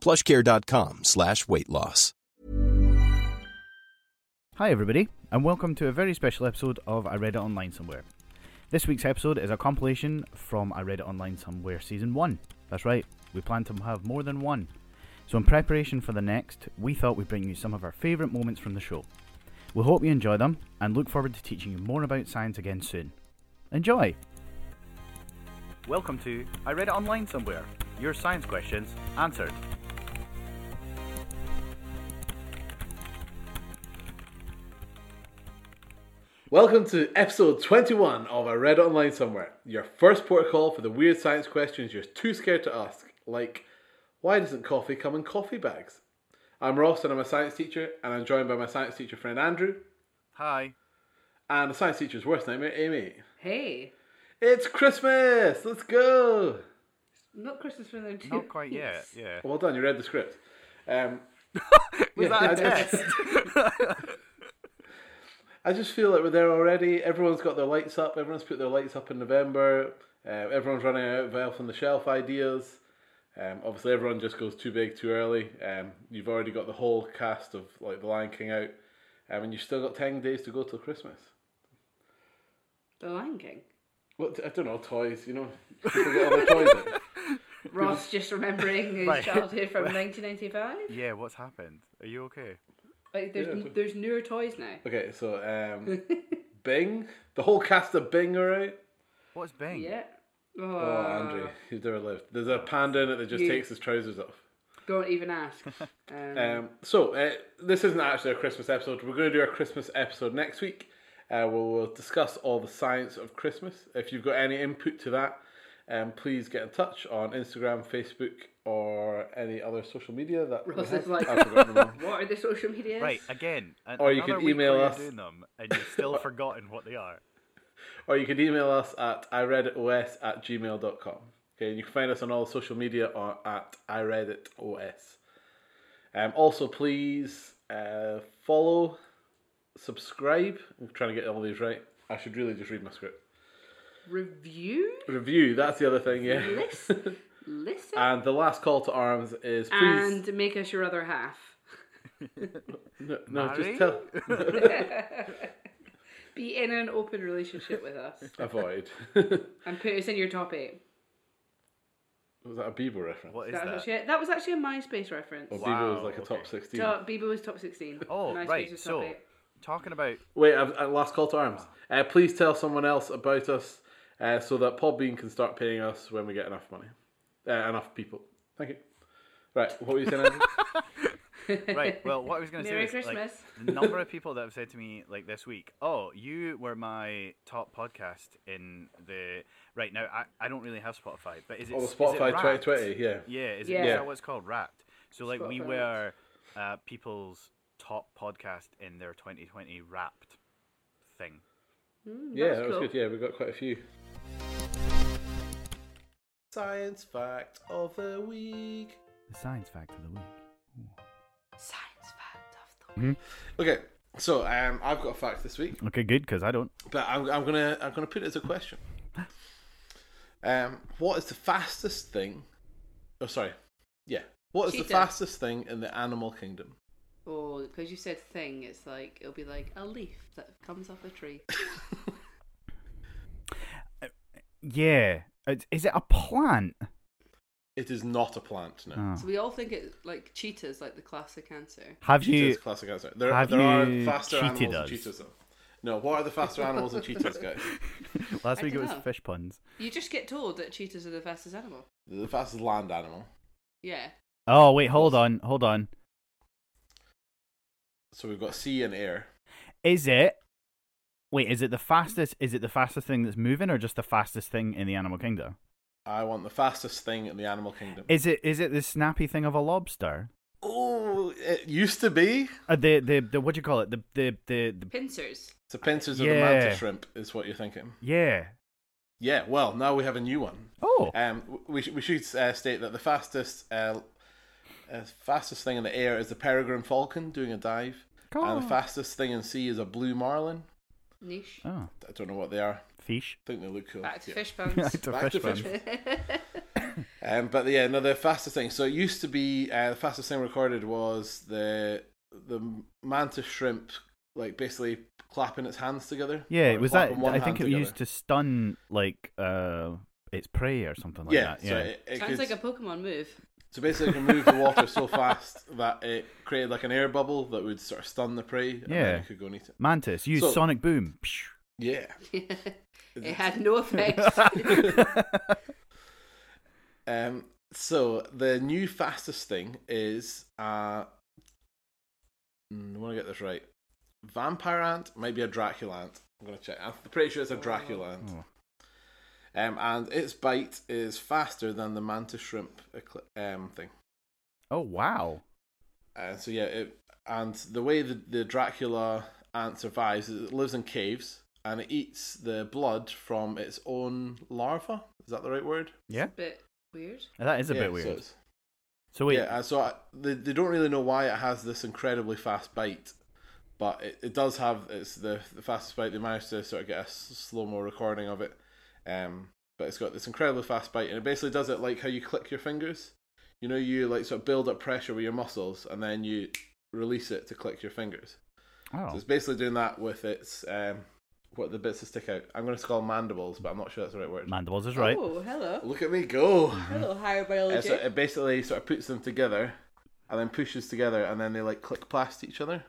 plushcare.com slash weight loss. Hi, everybody, and welcome to a very special episode of I Read It Online Somewhere. This week's episode is a compilation from I Read It Online Somewhere Season 1. That's right, we plan to have more than one. So, in preparation for the next, we thought we'd bring you some of our favourite moments from the show. We hope you enjoy them and look forward to teaching you more about science again soon. Enjoy! Welcome to I Read It Online Somewhere. Your science questions answered. Welcome to episode 21 of I Read It Online Somewhere, your first protocol for the weird science questions you're too scared to ask, like why doesn't coffee come in coffee bags? I'm Ross and I'm a science teacher, and I'm joined by my science teacher friend Andrew, Hi. and the science teacher's worst nightmare, Amy. Hey, It's Christmas! Let's go! not Christmas for them too. Not quite yet, yeah. Well done, you read the script. Um, Was yeah, that a I just- test? I just feel like we're there already. Everyone's got their lights up. Everyone's put their lights up in November. Uh, everyone's running out of elf on the shelf ideas. Um, obviously, everyone just goes too big too early. Um, you've already got the whole cast of like The Lion King out, um, and you've still got ten days to go till Christmas. The Lion King. What I don't know, toys. You know, people get all their toys. Out. Ross just remembering his Right. childhood from 1995. yeah, what's happened? Are you okay? Like there's Yeah. there's newer toys now. Okay, so um, Bing, the whole cast of Bing are out. What's Bing? Yeah. Oh, Oh, Andrew, you've never lived. There's a panda in it that just You- takes his trousers off. Don't even ask. Um, Um, so uh, this isn't actually a Christmas episode. We're going to do our Christmas episode next week. Uh, where we'll discuss all the science of Christmas. If you've got any input to that, um, please get in touch on Instagram, Facebook, or any other social media that. we Ross have. is like- I've forgotten them all. what are the social medias? Right, again. an- Or you another could week email where you're us. doing them and you've still forgotten what they are. or you can email us at iReaditOS at gmail.com. Okay, and you can find us on all social media or at iReaditOS. Um, also, please uh, follow, subscribe. I'm trying to get all these right. I should really just read my script. Review. Review, that's the other thing, yeah. Listen. Listen. and the last call to arms is Uh, please. And make us your other half. no, no Marry? just tell. Be in an open relationship with us Avoid. was and put us in your top eight. that a Bieber reference? What is That was, that? actually, that was actually a MySpace reference. Or Wow. Bieber was Wow, like a top okay. 16. Bieber was top 16. Oh, MySpace right. was top So, eight. talking about Wait, I've, I last call to arms. Uh, please tell someone else about us uh, so that Podbean can start paying us when we get enough money, uh, enough people. Thank you. Right, what were you saying? Andrew? right. Well, what I was going to say Merry was like, Christmas. the number of people that have said to me like this week, "Oh, you were my top podcast in the right now." I, I don't really have Spotify, but is it oh, is it Spotify Wrapped? 2020. Yeah. Yeah, is it Yeah. is Yeah. that what's called Wrapped? So like we Spotify were uh, people's top podcast in their 2020 Wrapped thing. yeah, that's that was Mm, cool. good. Yeah, we got quite a few. Science fact of the week. The science fact of the week. Science fact of the Okay, so um, I've got a fact this week. Okay, good because I don't. But I'm, I'm gonna I'm gonna put it as a question. Um, what is the fastest thing? Oh, sorry. Yeah. What is the Cheetah. fastest thing in the animal kingdom? Oh, because you said thing, it's like it'll be like a leaf that comes off a tree. Yeah, It's- is it a plant? It is not a plant now. Oh. So we all think it like cheetahs, like the classic answer. Have you? Cheetahs, classic answer. There, have there you are faster cheated animals us? than cheetahs, though. No, what are the faster animals than cheetahs, guys? Last I week it don't was know. fish puns. You just get told that cheetahs are the fastest animal. The fastest land animal. Yeah. Oh wait, hold on, hold on. So we've got sea and air. Is it? Wait, is it the fastest? Is it the fastest thing that's moving, or just the fastest thing in the animal kingdom? I want the fastest thing in the animal kingdom. Is it? Is it the snappy thing of a lobster? oh, it used to be. Uh, the, the the what do you call it? The the the, the Pincers. The pincers of the Yeah. manta shrimp is what you're thinking. yeah. Yeah, well, now we have a new one. Oh, Um, w- we, sh- we should uh, state that the fastest uh, uh, fastest thing in the air is the peregrine falcon doing a dive, and uh, the fastest thing in sea is a blue marlin. Niche. oh, I don't know what they are. fish. I think they look cool. Back to Yeah. fish Back bones. to Back to fish puns. fish Um, but yeah, no, the fastest thing. So it used to be uh, the fastest thing recorded was the the manta shrimp, like basically clapping its hands together. Yeah, Or was that? clapping one I think it hand was used together. to stun like uh its prey or something like yeah, that. Yeah. so it, it Sounds could, like a Pokemon move. so basically it could move the water so fast that it created like an air bubble that would sort of stun the prey, and Yeah. then it could go and eat it. Mantis use So- sonic boom. Psh. Yeah, it had no effect. Um, so the new fastest thing is uh, mm, I want to get this right. Vampire ant, maybe a Dracula ant. I'm gonna check. I'm pretty sure it's a Dracula ant. Oh. Um, and its bite is faster than the mantis shrimp ecl- um thing. Oh wow. Uh, so yeah, it, and the way the, the Dracula ant survives is it lives in caves and it eats the blood from its own larva. Is that the right word? Yeah. bit weird. That is a Yeah, bit weird. So So, wait, it's- Yeah, uh, so I, they, they don't really know why it has this incredibly fast bite, but it, it does have it's the the fastest bite. They managed to sort of get a slow mo recording of it, um, but it's got this incredibly fast bite, and it basically does it like how you click your fingers. You know, you like sort of build up pressure with your muscles, and then you release it to click your fingers. So oh, it's basically doing that with its um, what the bits that stick out. I'm going to call mandibles, but I'm not sure that's the right word. mandibles is right. Oh, hello. Look at me go! Hello, higher Uh, biology. so it basically sort of puts them together and then pushes together and then they like click past each other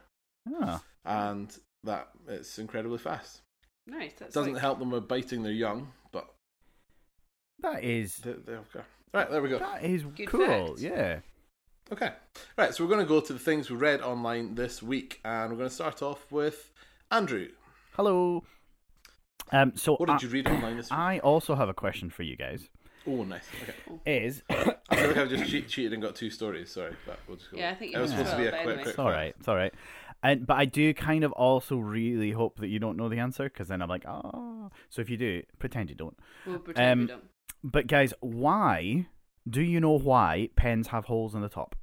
Ah. and that it's incredibly fast. nice. That's Doesn't like- help them with biting their young, but That is they, they'll go. Right, there we go. that is Good cool. fact. Yeah. Okay. Right, so we're going to go to the things we read online this week and we're going to start off with Andrew. Hello. Um. Oh, So What uh, I, did you read online this week? I also have a question for you guys. Oh, nice. Okay. Is I feel like I've just cheat, cheated and got two stories. Sorry, but we'll just go. Yeah, I think you it was did supposed to well, be a but quick, anyway. quick. It's all right. It's all right. And but I do kind of also really hope that you don't know the answer because then I'm like, oh. So if you do, pretend you don't. We'll pretend we Um, don't. But guys, why do you know why pens have holes in the top?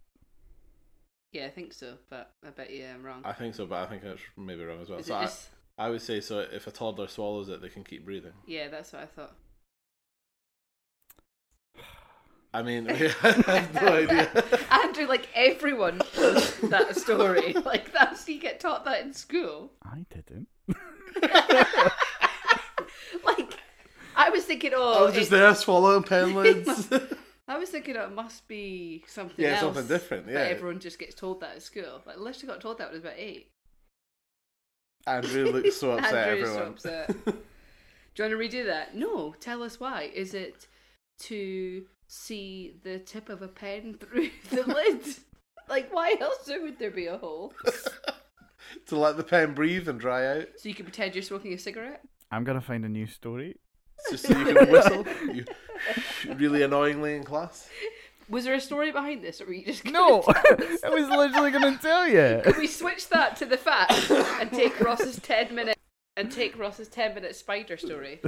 Yeah, I think so, but I bet you I'm wrong. I think so, but I think that's maybe wrong as well. Is so it I, just... I would say so if a toddler swallows it, they can keep breathing. Yeah, that's what I thought. I mean, I have no idea. Andrew, like everyone knows that story. Like that's you get taught that in school. I didn't. Like I was thinking, I oh, was just it- there swallowing pen lids. I was thinking oh, it must be something Yeah, else. something different, but yeah. everyone just gets told that at school. Like literally got told that when I was about eight. Andrew looks so upset. Andrew is so everyone. upset. Do you want to redo that? No. Tell us why. Is it to see the tip of a pen through the lid? Like why else would there be a hole? to let the pen breathe and dry out, So you can pretend you're smoking a cigarette. I'm gonna find a new story. just so you can whistle you, really annoyingly in class. Was there a story behind this, or were you just gonna No, tell us? I was literally gonna tell you. Can we switch that to the fact and take Ross's ten minute and take Ross's ten minute spider story?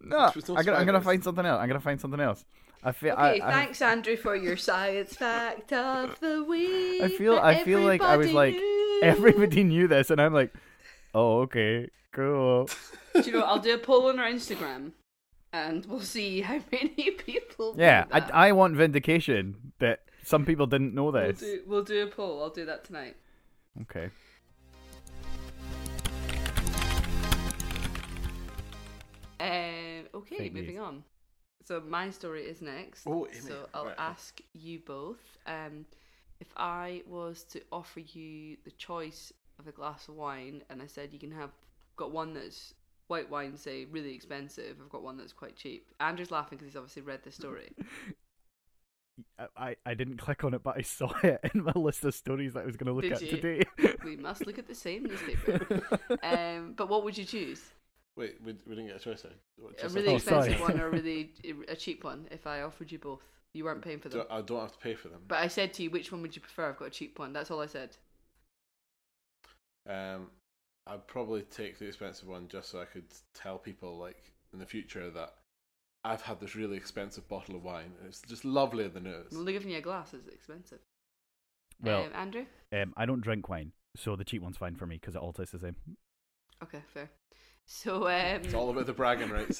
No, Which was no I'm gonna, I'm gonna spiders. find something else. I'm gonna find something else. I feel. Okay, I, I, thanks Andrew for your science fact of the week. I feel. that I feel like I was everybody like knew. everybody knew this, and I'm like, oh okay, cool. Do you know? what? I'll do a poll on our Instagram, and we'll see how many people. Yeah, do that. I, I want vindication that some people didn't know We'll this. do, we'll do a poll. I'll do that tonight. Okay. Um, okay, Fake news. Uh, moving on. So my story is next. Oh, Amy. So I'll Right. ask you both. Um, if I was to offer you the choice of a glass of wine, and I said you can have got one that's white wine, say really expensive. I've got one that's quite cheap. Andrew's laughing because he's obviously read the story. I, I, I didn't click on it, but I saw it in my list of stories that I was going to look Did at you? today. we must look at the same newspaper. Um, but what would you choose? Wait, we, we didn't get a choice. there. What, A just really Oh, sorry. expensive one or a really a cheap one? If I offered you both, you weren't paying for them. Do- I don't have to pay for them. But I said to you, which one would you prefer? I've got a cheap one. That's all I said. Um, I'd probably take the expensive one just so I could tell people, like in the future, that I've had this really expensive bottle of wine. and It's just lovelier than it I'm is. only giving you a glass. It's expensive. well, um, Andrew. um, I don't drink wine, so the cheap one's fine for me because it all tastes the same. Okay, fair. So, um, It's all about the bragging rights.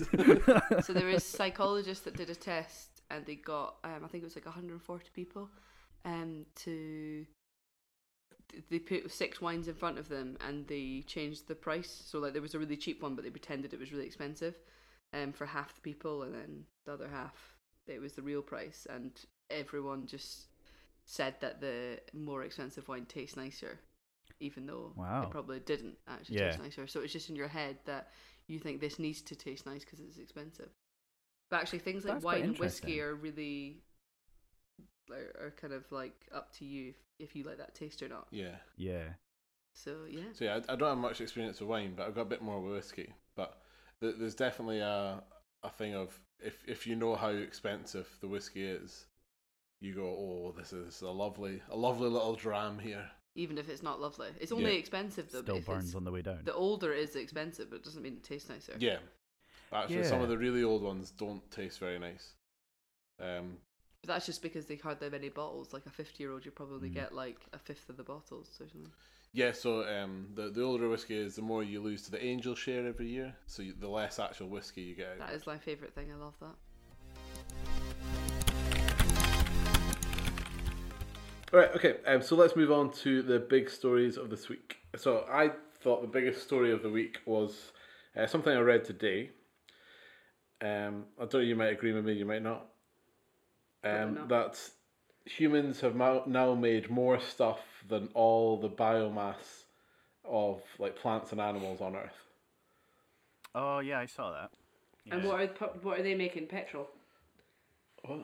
so there was psychologists that did a test, and they got um, I think it was like 140 people, um, to they put six wines in front of them, and they changed the price. So like there was a really cheap one, but they pretended it was really expensive, um, for half the people, and then the other half it was the real price, and everyone just said that the more expensive wine tastes nicer, even though Wow. it probably didn't actually Yeah. taste nicer. So it's just in your head that you think this needs to taste nice because it's expensive. But actually, things like That's quite wine and whiskey interesting. are really are, are kind of like up to you if, if you like that taste or not. yeah. yeah. So yeah, So yeah, I, I don't have much experience with wine, but I've got a bit more with whiskey. But th- there's definitely a a thing of if if you know how expensive the whiskey is, you go, oh, this is a lovely a lovely little dram here. even if it's not lovely, it's only Yeah. expensive though. Still if it's- burns on the way down. The older it is, the expensive, but it doesn't mean it tastes nicer. Yeah. Actually, some Yeah. of the really old ones don't taste very nice. Um, But that's just because they hardly have any bottles. Like a fifty-year-old, you probably Mm. get like a fifth of the bottles or something. yeah, so um, the the older whiskey is, the more you lose to the angel share every year. So you, the less actual whiskey you get. That is my favorite thing. I love that. All right, okay. Um, so let's move on to the big stories of this week. So I thought the biggest story of the week was uh, something I read today. Um, I don't know. You might agree with me. You might not. Um, Probably not. That humans have mo- now made more stuff than all the biomass of like plants and animals on Earth. Oh yeah, I saw that. And what are pu- what are they making? Petrol. What?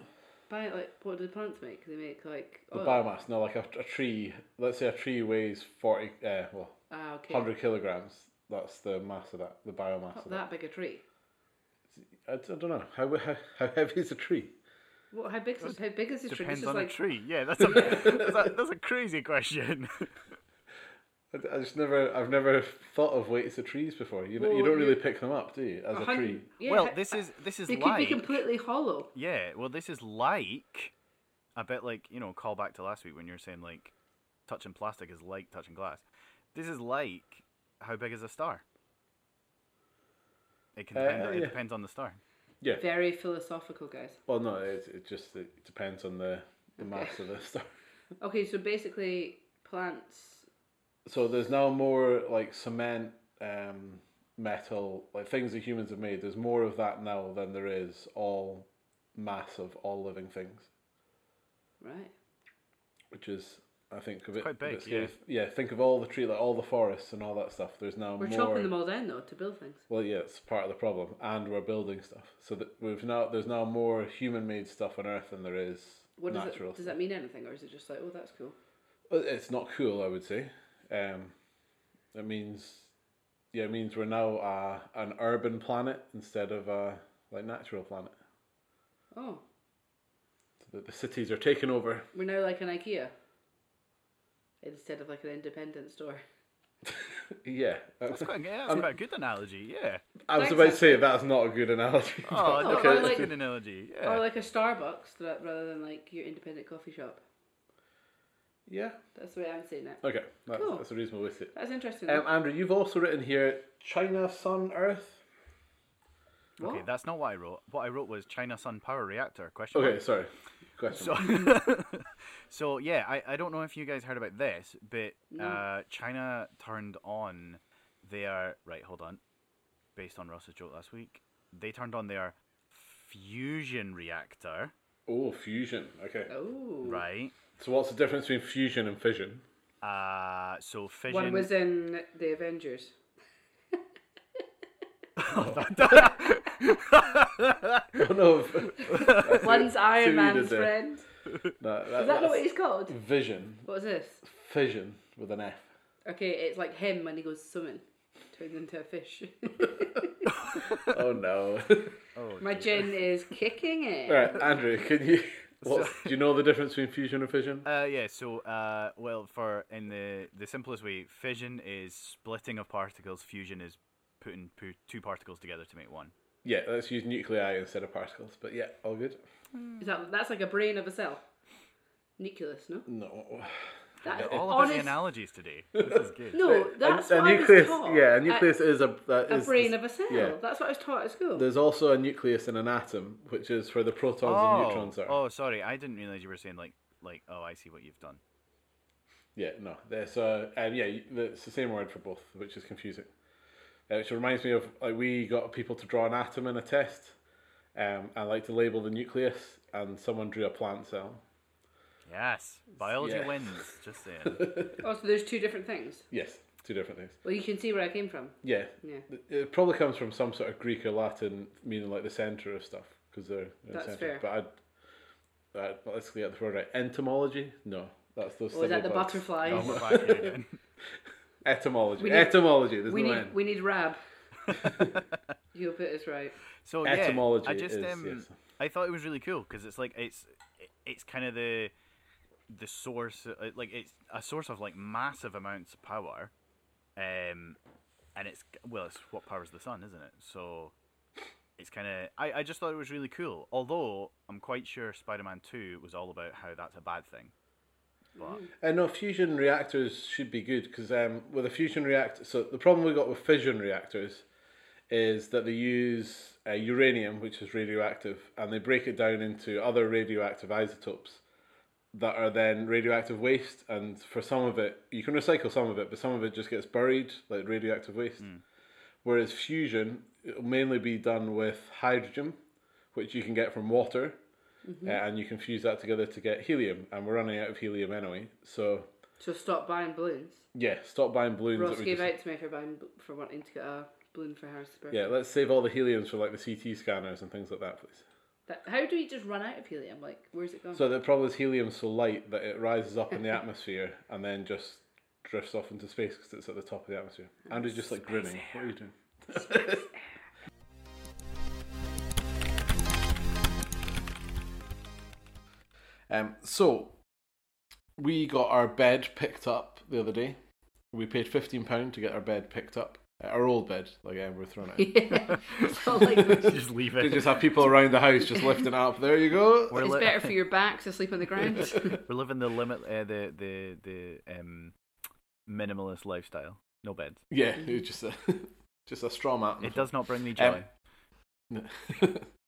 By like, what do the plants make? They make like oh, The oil. biomass. No, like a, a tree. Let's say a tree weighs forty. Uh, well, Ah, okay. hundred kilograms. That's the mass of that. The biomass. Not of that big a tree. I don't know how how, how heavy is a tree. What? How big? Is, how big is the tree? Depends It's just on like, a tree. Yeah, that's a, that's, a that's a crazy question. I, I just never I've never thought of weights of trees before. You know, you Well, don't really you- pick them up, do you? As a hun- tree. yeah, Well, how- this is- this is They could be like- completely hollow. yeah, well, this is like a bit like you know, call back to last week when you were saying like touching plastic is like touching glass. This is like how big is a star? It can Uh, depend. uh, It yeah. depends on the star. Yeah. Very philosophical, guys. Well, no, it, it just it depends on the, the mass of the star. Okay, so basically, plants. So there's now more like cement, um, metal, like things that humans have made. There's more of that now than there is all mass of all living things, Right. which is I think a bit, quite a big, bit scary. yeah. Yeah. Think of all the tree, like all the forests and all that stuff. There's now We're more. chopping them all down though to build things. Well, yeah, it's part of the problem, and we're building stuff. So that we've now there's now more human-made stuff on Earth than there is What does natural. it? Does that mean anything, or is it just like, oh, that's cool? Well, It's not cool, I would say. Um, it means, yeah, it means we're now uh, an urban planet instead of a like natural planet. Oh, So the, the cities are taking over. we're now like an IKEA instead of like an independent store. Yeah, Um, That's quite, yeah, that's quite a good analogy. Yeah. I was Thanks, about to Andrew. say that's not a good analogy. Oh, Oh, no, or that's like- a good analogy. Yeah. Or like a Starbucks ra- rather than like your independent coffee shop. yeah. That's the way I'm seeing it. Okay, that's, Cool. that's a reasonable way to say. it. That's interesting. Uh, Um, Andrew, you've also written here China, Sun, Earth. what? Okay, that's not what I wrote. What I wrote was China Sun Power Reactor question. mark. Okay, sorry. Question. So, Mm-hmm. so yeah, I, I don't know if you guys heard about this, but uh, China turned on their right. Hold on, based on Russ's joke last week, they turned on their fusion reactor, Oh, fusion. Okay. Oh. right? So what's the difference between fusion and fission? Uh, so fission. One was in the Avengers. Oh, no. that, One's See what you Iron Man's did there. friend. that, Is that not what that's he's called? Vision. What was this? Fission with an F. Okay, it's like him when he goes swimming, turns into a fish. Oh no. My gin is kicking it. Alright, Andrew, can you what, do you know the difference between fusion and fission? Uh, yeah. So, uh, well, for in the the simplest way, fission is splitting of particles. Fusion is putting pu- two particles together to make one. Yeah, let's use nuclei instead of particles. But yeah, all good. Is that that's like a brain of a cell? Nucleus, no. No. That, All about the honest- analogies today. This is good. No, that's what nucleus I was taught. yeah, a nucleus A, is a that a is brain of a cell. yeah. That's what I was taught at school. There's also a nucleus in an atom, which is where the protons and neutrons are. oh, sorry, I didn't realize you were saying like like oh, I see what you've done. Yeah, no. There's uh, um, yeah, you- it's the same word for both, which is confusing. Uh, which reminds me of like we got people to draw an atom in a test, um, and like to label the nucleus, and someone drew a plant cell. Yes, biology Yeah. wins. Just saying. Oh, so there's two different things. Yes, two different things. Well, you can see where I came from. Yeah, Yeah. It- it probably comes from some sort of Greek or Latin meaning like the center of stuff because they're, they're That's the fair. center. But I'd, I'd, let's get the word right. Entomology? No, that's those. Or is that the bugs. butterflies? Oh, we're back here again. Etymology. We need- Etymology. There's we no need end. we need Rab. You'll put us right. So yeah, Etymology I just is, um, yes. I thought it was really cool because it's like it's it's kind of the the source uh, like it's a source of like massive amounts of power, um, and it's well it's what powers the sun, isn't it? So it's kind of I I just thought it was really cool. Although I'm quite sure Spider-Man Two was all about how that's a bad thing. But Uh, no, fusion reactors should be good because um, with a fusion reactor, so the problem we got with fission reactors is that they use uh, uranium, which is radioactive, and they break it down into other radioactive isotopes that are then radioactive waste. And for some of it, you can recycle some of it, but some of it just gets buried like radioactive waste. Whereas fusion, it'll mainly be done with hydrogen, which you can get from water uh, and you can fuse that together to get helium. And we're running out of helium anyway, so So stop buying balloons. yeah, stop buying balloons. Ross we gave just- out to me for buying for wanting to get a balloon for Harris' birthday. yeah, let's save all the heliums for like the CT scanners and things like that, please. That, how do we just run out of helium? Like, where's it gone? So the problem is helium's so light that it rises up in the atmosphere and then just drifts off into space because it's at the top of the atmosphere. Andrew's just like grinning. What are you doing? um, so we got our bed picked up the other day. We paid fifteen pound to get our bed picked up. Uh, Our old bed, like um, we're throwing out. yeah. It's not like it's just leave We it. just have people around the house just lifting it up. There you go. we're, li- better for your back to sleep on the ground. we're living the limit uh, the the the um minimalist lifestyle. No beds. Yeah, Mm-hmm. it was just a just a straw mat. It does not bring Um, me joy.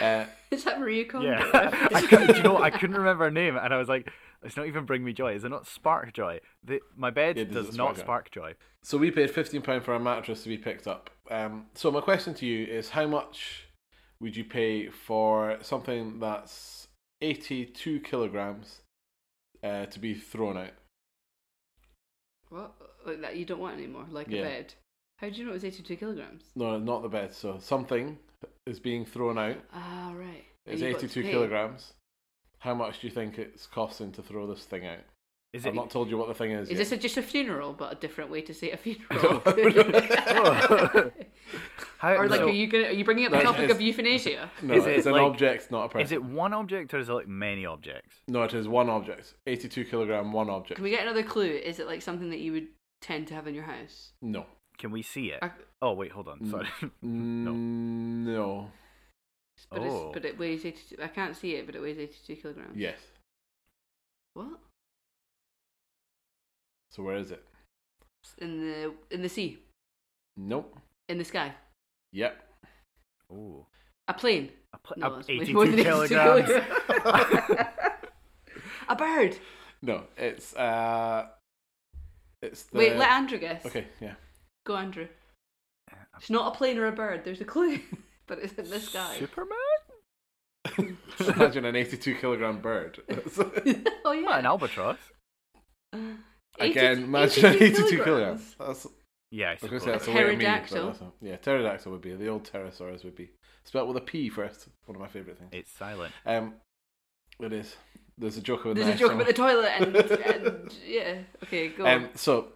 uh, Is that Maria Conde? Yeah, I couldn't, do you know, what? I couldn't remember her name, and I was like, "It's not even bring me joy. Is it not spark joy? The, my bed Yeah, does, does it not spark spark joy. so we paid fifteen pound for our mattress to be picked up. Um, so my question to you is, how much would you pay for something that's eighty-two kilograms uh, to be thrown out? What? Like that you don't want anymore, like a Yeah. bed. How do you know it was 82 kilograms? No, not the bed. So something is being thrown out. Ah, right. And It's you've got to eighty-two pay. kilograms. How much do you think it's costing to throw this thing out? Is I've it? not told you what the thing is. Is yet. this a, just a funeral, but a different way to say a funeral? how, or like, so are you gonna, are you bringing up the No, topic it's- of euthanasia? no, is it it's an like- object, not a person. Is it one object or is it like many objects? No, it is one object. 82 kilogram, one object. Can we get another clue? Is it like something that you would tend to have in your house? No. Can we see it? I- Oh wait, hold Mm. on. Sorry. No. No. But, Oh. it's, but it weighs 82. I can't see it, but it weighs 82 kilograms. Yes. What? So where is it? In the in the sea, Nope. in the sky, Yep. Ooh, a plane. a pl- No, a- that's way more eighty-two than 82 kilograms. a bird. No, it's uh it's the Wait, let Andrew guess. Uh, Okay, yeah. Go, Uh, Andrew. It's not a plane or a bird. There's a clue, but it's in the sky. Superman? Imagine an 82 kilogram bird. oh yeah. What an albatross. Again, imagine an 82 kilograms. That's, Yeah, I I was suppose. going to say that's the way it means. but Pterodactyl. that's not- Yeah, pterodactyl would be. The old pterosaurs would be. Spelt with a P first. One of my favourite things. it's silent. Um, it is. There's a joke about There's that a joke about somewhere. the toilet and, and yeah. Okay, go on. Um, so,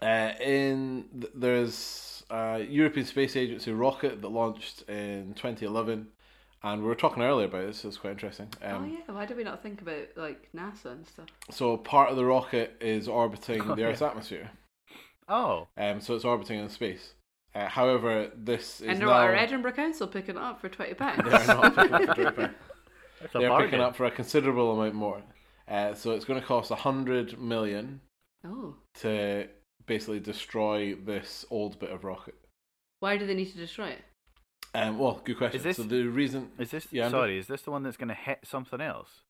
uh, in th- there's a European Space Agency rocket that launched in 2011, and we were talking earlier about this. So it's quite interesting. Um, oh yeah. Why do we not think about like NASA and stuff? So part of the rocket is orbiting Oh, the yeah. Earth's atmosphere. Oh, Um, so it's orbiting in space. Uh, however, this is and now- now... our Edinburgh Council picking it up for twenty pounds. They're not picking up for £20. that's a They're picking bargain. up for a considerable amount more. Uh, so it's going to cost 100 million oh, to basically destroy this old bit of rocket. why do they need to destroy it? Um, well, good question. Is this- So the reason Is this Yeah, I'm- sorry? Is this the one that's going to hit something else?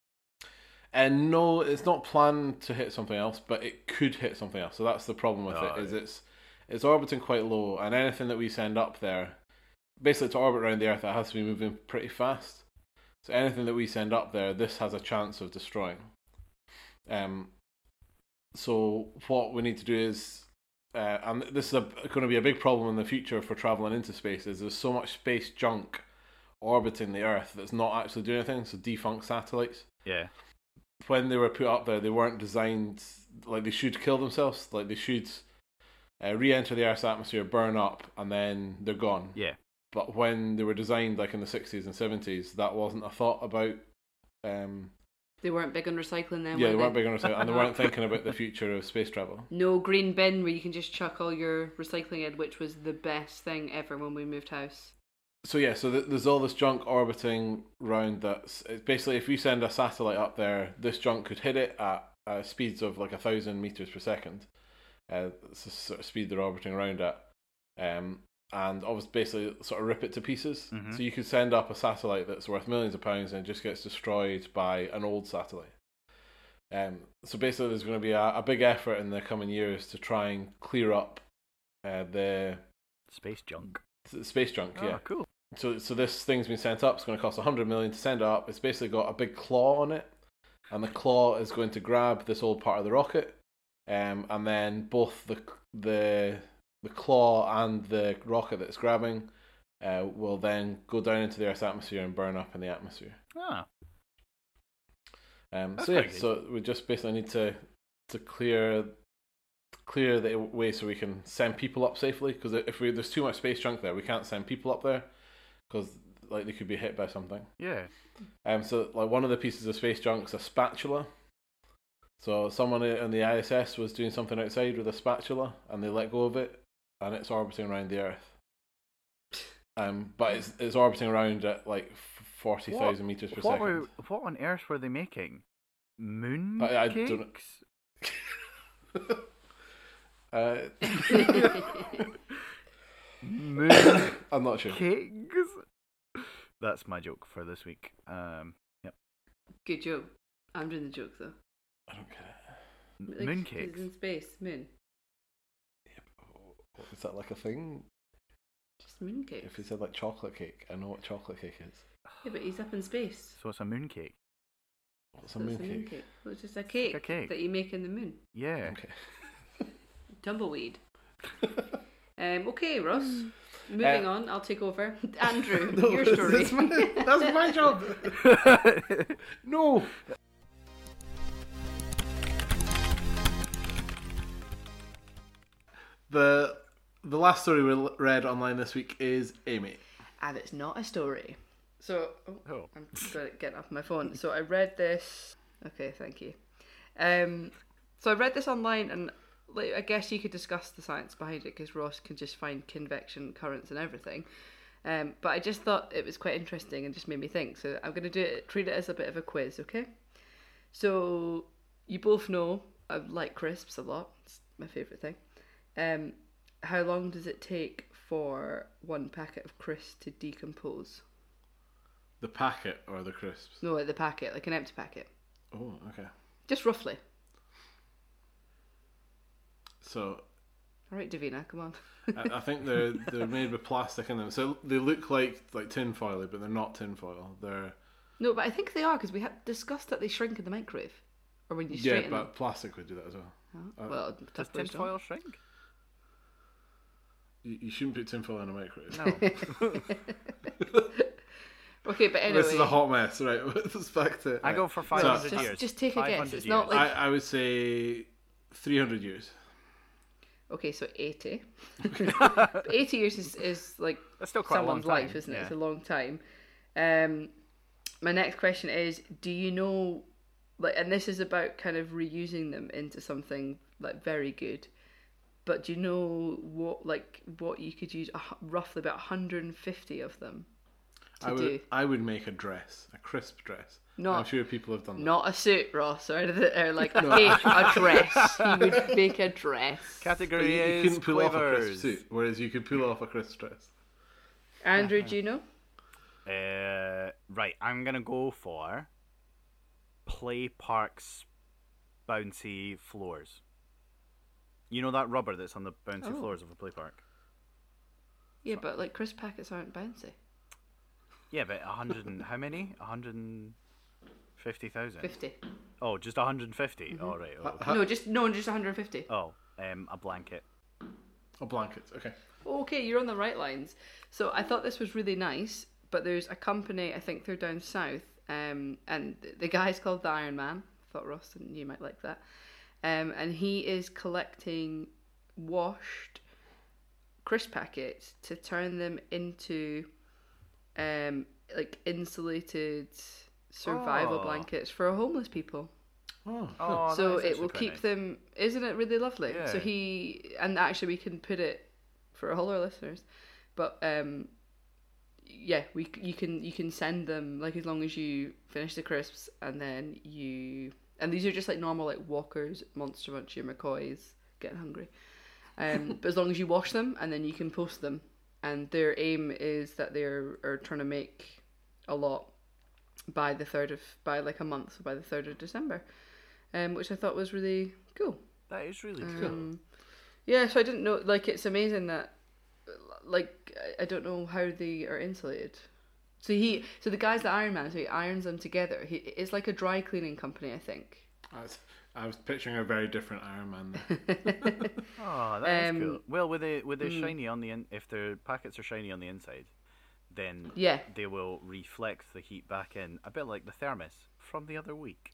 And no, it's not planned to hit something else, but it could hit something else. So that's the problem with Right. it is it's it's orbiting quite low, and anything that we send up there, basically to orbit around the Earth, it has to be moving pretty fast. So anything that we send up there, this has a chance of destroying. Um. So what we need to do is, uh, and this is going to be a big problem in the future for traveling into space. Is there's so much space junk orbiting the Earth that's not actually doing anything. So defunct satellites Yeah. when they were put up there, they weren't designed like they should kill themselves. Like they should uh, re-enter the Earth's atmosphere, burn up, and then they're gone. Yeah. But when they were designed, like in the sixties and seventies, that wasn't a thought about. Um, They weren't big on recycling then. yeah, were they they weren't big on recycling, and they weren't thinking about the future of space travel. No green bin where you can just chuck all your recycling in, which was the best thing ever when we moved house. So yeah, so th- there's all this junk orbiting round that's it's basically if you send a satellite up there, this junk could hit it at uh, speeds of like a thousand meters per second. Uh, it's the sort of speed they're orbiting around at, um, and obviously basically sort of rip it to pieces. Mhm. So you could send up a satellite that's worth millions of pounds and it just gets destroyed by an old satellite. Um, so basically, there's going to be a, a big effort in the coming years to try and clear up uh, the Space junk. s- space junk. Oh, yeah. Ah. cool. So, so this thing's been sent up. It's going to cost 100 million to send it up. It's basically got a big claw on it, and the claw is going to grab this old part of the rocket, um, and then both the the the claw and the rocket that it's grabbing uh, will then go down into the Earth's atmosphere and burn up in the atmosphere. Ah, Um, That's so yeah, pretty good. so we just basically need to to clear clear the way so we can send people up safely. Because if we there's too much space junk there, we can't send people up there because like they could be hit by something. yeah. Um, so like one of the pieces of space junk's a spatula. So someone on the ISS was doing something outside with a spatula, and they let go of it, and it's orbiting around the Earth. Um, but it's it's orbiting around at like forty thousand meters per what second. Were, what on earth were they making? Moon I- I don't know. cakes? Uh, Moon I'm not sure. cakes. That's my joke for this week. Um, yep. Good joke. I'm doing the joke though. I don't get it. Like, moon 'cause it's cakes. in space. Moon. Is that like a thing? Just moon cakes. If you said like chocolate cake, I know what chocolate cake is. Yeah, but he's up in space. So it's a moon cake. What's a So moon it's a moon cake? cake. Well, it's just a like cake, a cake. that you make in the moon. Yeah. Okay. Tumbleweed. um, okay, Ross. Moving on, I'll take over. Andrew, No, your Hmm. Uh, this story. is my- that's my job. No. The the last story we l- read online this week is Amy. and it's not a story. So oh, Oh. I'm good at getting off my phone. So I read this. Okay, thank you. Um, so I read this online, and like, I guess you could discuss the science behind it because Ross can just find convection currents and everything. Um, but I just thought it was quite interesting and just made me think. So I'm going to do it, treat it as a bit of a quiz, okay? So you both know I like crisps a lot. It's my favorite thing. Um, how long does it take for one packet of crisps to decompose? The packet or the crisps? No, like the packet, like an empty packet. Oh, okay. Just roughly. So All right, Davina, come on. I, I think they're they're made with plastic in them. So they look like like tin foil, but they're not tin foil. They're No, but I think they are because we have discussed that they shrink in the microwave, or when you Yeah, straighten but plastic would do that as well. them. uh, Oh, well, Does tough question. tinfoil shrink? You, you shouldn't put tinfoil in a microwave. No. Okay, but anyway, This is a hot mess, right? Let's back to. I go right. for So, 500 just- years. just take a guess, 500 it's not years. like- I, I would say 300 years. okay, so eighty. But eighty years is, is like That's still quite a long someone's life, time, isn't it? yeah. It's a long time. Um, my next question is: Do you know, like, and this is about kind of reusing them into something like very good, but do you know what, like, what you could use a hu- roughly about 150 of them? I would do. I would make a dress, a crisp dress. Not- I'm sure people have done that. Not a suit, Ross, or, anything, or like okay, a dress. He would make a dress. But Category you, you is couldn't pull off a quivers. crisp suit, whereas you could pull off a crisp dress. uh-huh. Andrew, do you know? Uh, right, I'm gonna go for play parks bouncy floors. You know that rubber that's on the bouncy Oh. floors of a play park. Yeah, but like crisp packets aren't bouncy. Yeah, but a hundred and how many? A hundred and fifty thousand. Fifty. Mm-hmm. Oh, just a hundred and fifty. All right. Oh, okay. No, just no, just 150. oh, um, a blanket. Or blankets. Okay. Okay, you're on the right lines. So I thought this was really nice, but there's a company I think they're down south, um, and th- the guy's called the Iron Man. I thought Ross and you might like that, um, and he is collecting washed crisp packets to turn them into um, like insulated survival Oh. blankets for homeless people Oh, Oh, that so is it actually will quite keep nice. them isn't it really lovely so Yeah. he and actually we can put it for all our listeners but um yeah we c- you can you can send them like as long as you finish the crisps and then you and these are just like normal like walkers monster munch your mccoys getting hungry um but as long as you wash them and then you can post them and their aim is that they're are trying to make a lot by the third of by like a month so by the third of december um, which I thought was really cool. That is really cool. Um, yeah, so I didn't know. Like, it's amazing that, like, I- I don't know how they are insulated. So he, so the guy's the Iron Man, so he irons them together. He it's like a dry cleaning company, I think. That's, I was picturing a very different Iron Man. There. Oh, that is Um, mm. cool. Well, with the with the shiny on the in, if the packets are shiny on the inside, then Yeah. they will reflect the heat back in, a bit like the thermos from the other week.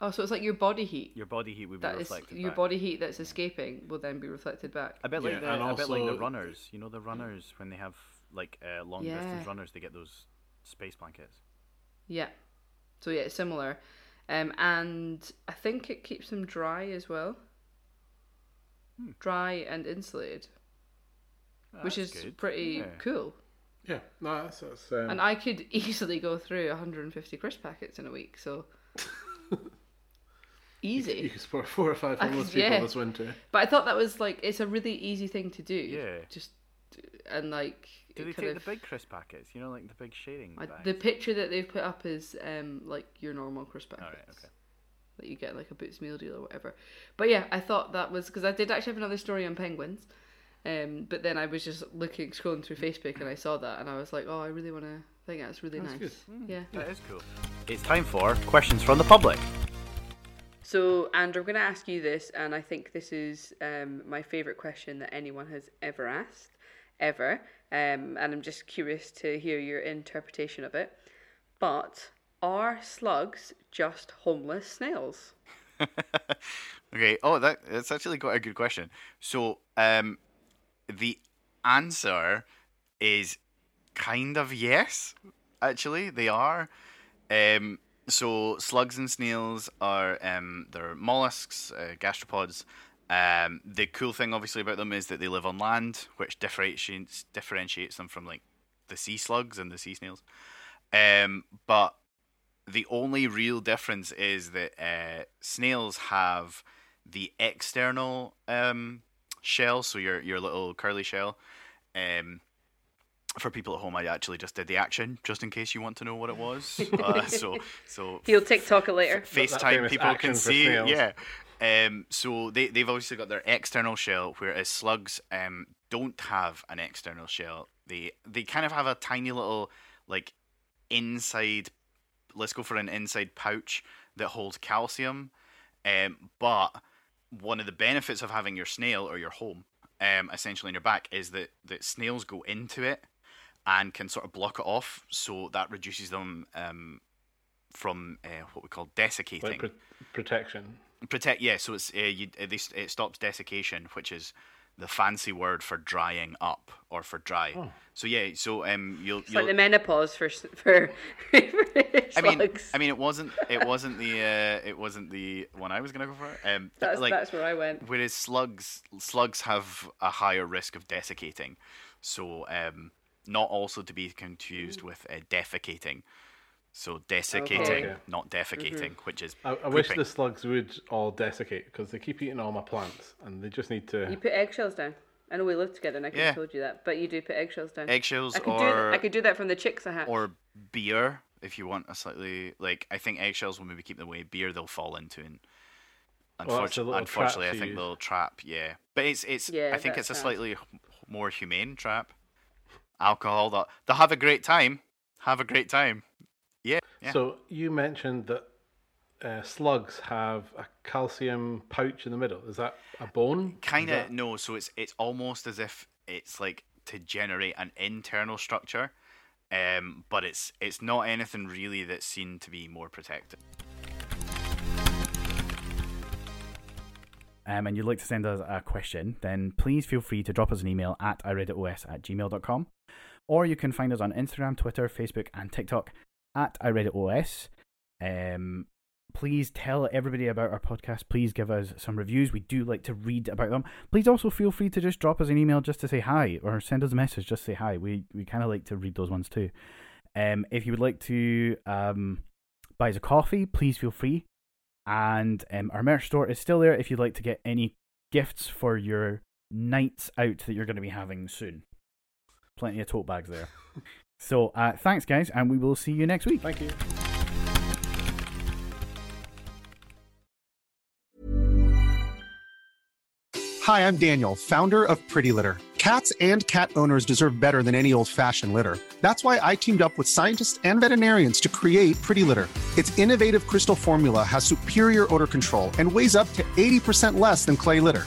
Oh, so it's like your body heat. Your body heat would be that is reflected. your back. body heat that's escaping will then be reflected back. A bit like Yeah, the, and a bit like the also- runners. You know the runners when they have like uh, long Mm. Yeah. distance runners, they get those space blankets. Yeah. So yeah, it's similar, um, and I think it keeps them dry as well. Hmm. Dry and insulated, Oh, which is that's good. pretty Yeah. cool. yeah, no, that's, that's um, And I could easily go through 150 crisp packets in a week, so you easy. could support four or five I homeless could- people yeah. this winter. But I thought that was like it's a really easy thing to do. Yeah. Just and like Do it they kind take of- the big crisp packets? You know, like the big shading. I- bags? the picture that they've put up is um like your normal crisp packets. All right. Okay. that you get like a Boots meal deal or whatever. But yeah, I thought that was because I did actually have another story on penguins, um, but then I was just looking scrolling through Mm. Facebook and I saw that and I was like, oh, I really want to. I think that's really nice. Yeah. That is cool. It's time for questions from the public. So, Andrew, I'm going to ask you this, and I think this is um, my favourite question that anyone has ever asked, ever. Um, and I'm just curious to hear your interpretation of it. But are slugs just homeless snails? Okay. Oh, that that's actually quite a good question. So, um, the answer is kind of yes. Actually, they are. Um, so slugs and snails are um, they're mollusks, uh, gastropods. Um, the cool thing, obviously, about them is that they live on land, which differentiates differentiates them from like the sea slugs and the sea snails. Um, but the only real difference is that uh, snails have the external um, shell, so your your little curly shell. Um, for people at home, I actually just did the action, just in case you want to know what it was. uh, so, so He'll TikTok it later. That FaceTime famous people action can for see. snails. Yeah. Um, so they they've obviously got their external shell, whereas slugs um don't have an external shell. They they kind of have a tiny little like inside let's go for an inside pouch that holds calcium. Um, but one of the benefits of having your snail or your home um, essentially in your back is that, that snails go into it and can sort of block it off, so that reduces them um, from uh, what we call desiccating Like pro- protection. protect yeah so it's uh, you, at least it stops desiccation which is the fancy word for drying up or for dry Oh. so yeah so um you'll, It's you'll like the menopause for s- for. for I mean, slugs. I mean, it wasn't, it wasn't the, uh, it wasn't the one I was gonna go for. Um, that's like, that's where I went. whereas slugs, slugs have a higher risk of desiccating, so um, not also to be confused with uh, defecating. So desiccating, Okay. not defecating, which is. I, I wish pooping. the slugs would all desiccate because they keep eating all my plants and they just need to. You put eggshells down. I know we live together, and I could Yeah. have told you that, but you do put eggshells down. Eggshells I could do or- th- I could do that from the chicks I had. or beer if you want a slightly like I think eggshells will maybe keep them away. Beer they'll fall into and Well, that's a unfortu- little trap unfortunately to I think use. they'll trap. Yeah, but it's it's Yeah, I think that it's a sounds- slightly h- more humane trap. Alcohol they'll, they'll have a great time. Have a great time. Yeah, yeah. So you mentioned that uh, slugs have a calcium pouch in the middle. Is that a bone? Is kind of that- no so it's it's almost as if it's like to generate an internal structure um but it's it's not anything really that's seen to be more protected um, and you'd like to send us a question, then please feel free to drop us an email at iReadItOS at gmail.com. Or you can find us on Instagram, Twitter, Facebook, and TikTok at iReadItOS. Um, please tell everybody about our podcast. Please give us some reviews. We do like to read about them. Please also feel free to just drop us an email just to say hi or send us a message, just say hi. We, we kind of like to read those ones too. Um, if you would like to um, buy us a coffee, please feel free and um, our merch store is still there if you'd like to get any gifts for your nights out that you're going to be having soon. Plenty of tote bags there. so uh, thanks, guys, and we will see you next week. Thank you. Hi, I'm Daniel, founder of Pretty Litter. Cats and cat owners deserve better than any old fashioned litter. That's why I teamed up with scientists and veterinarians to create Pretty Litter. Its innovative crystal formula has superior odor control and weighs up to 80% less than clay litter.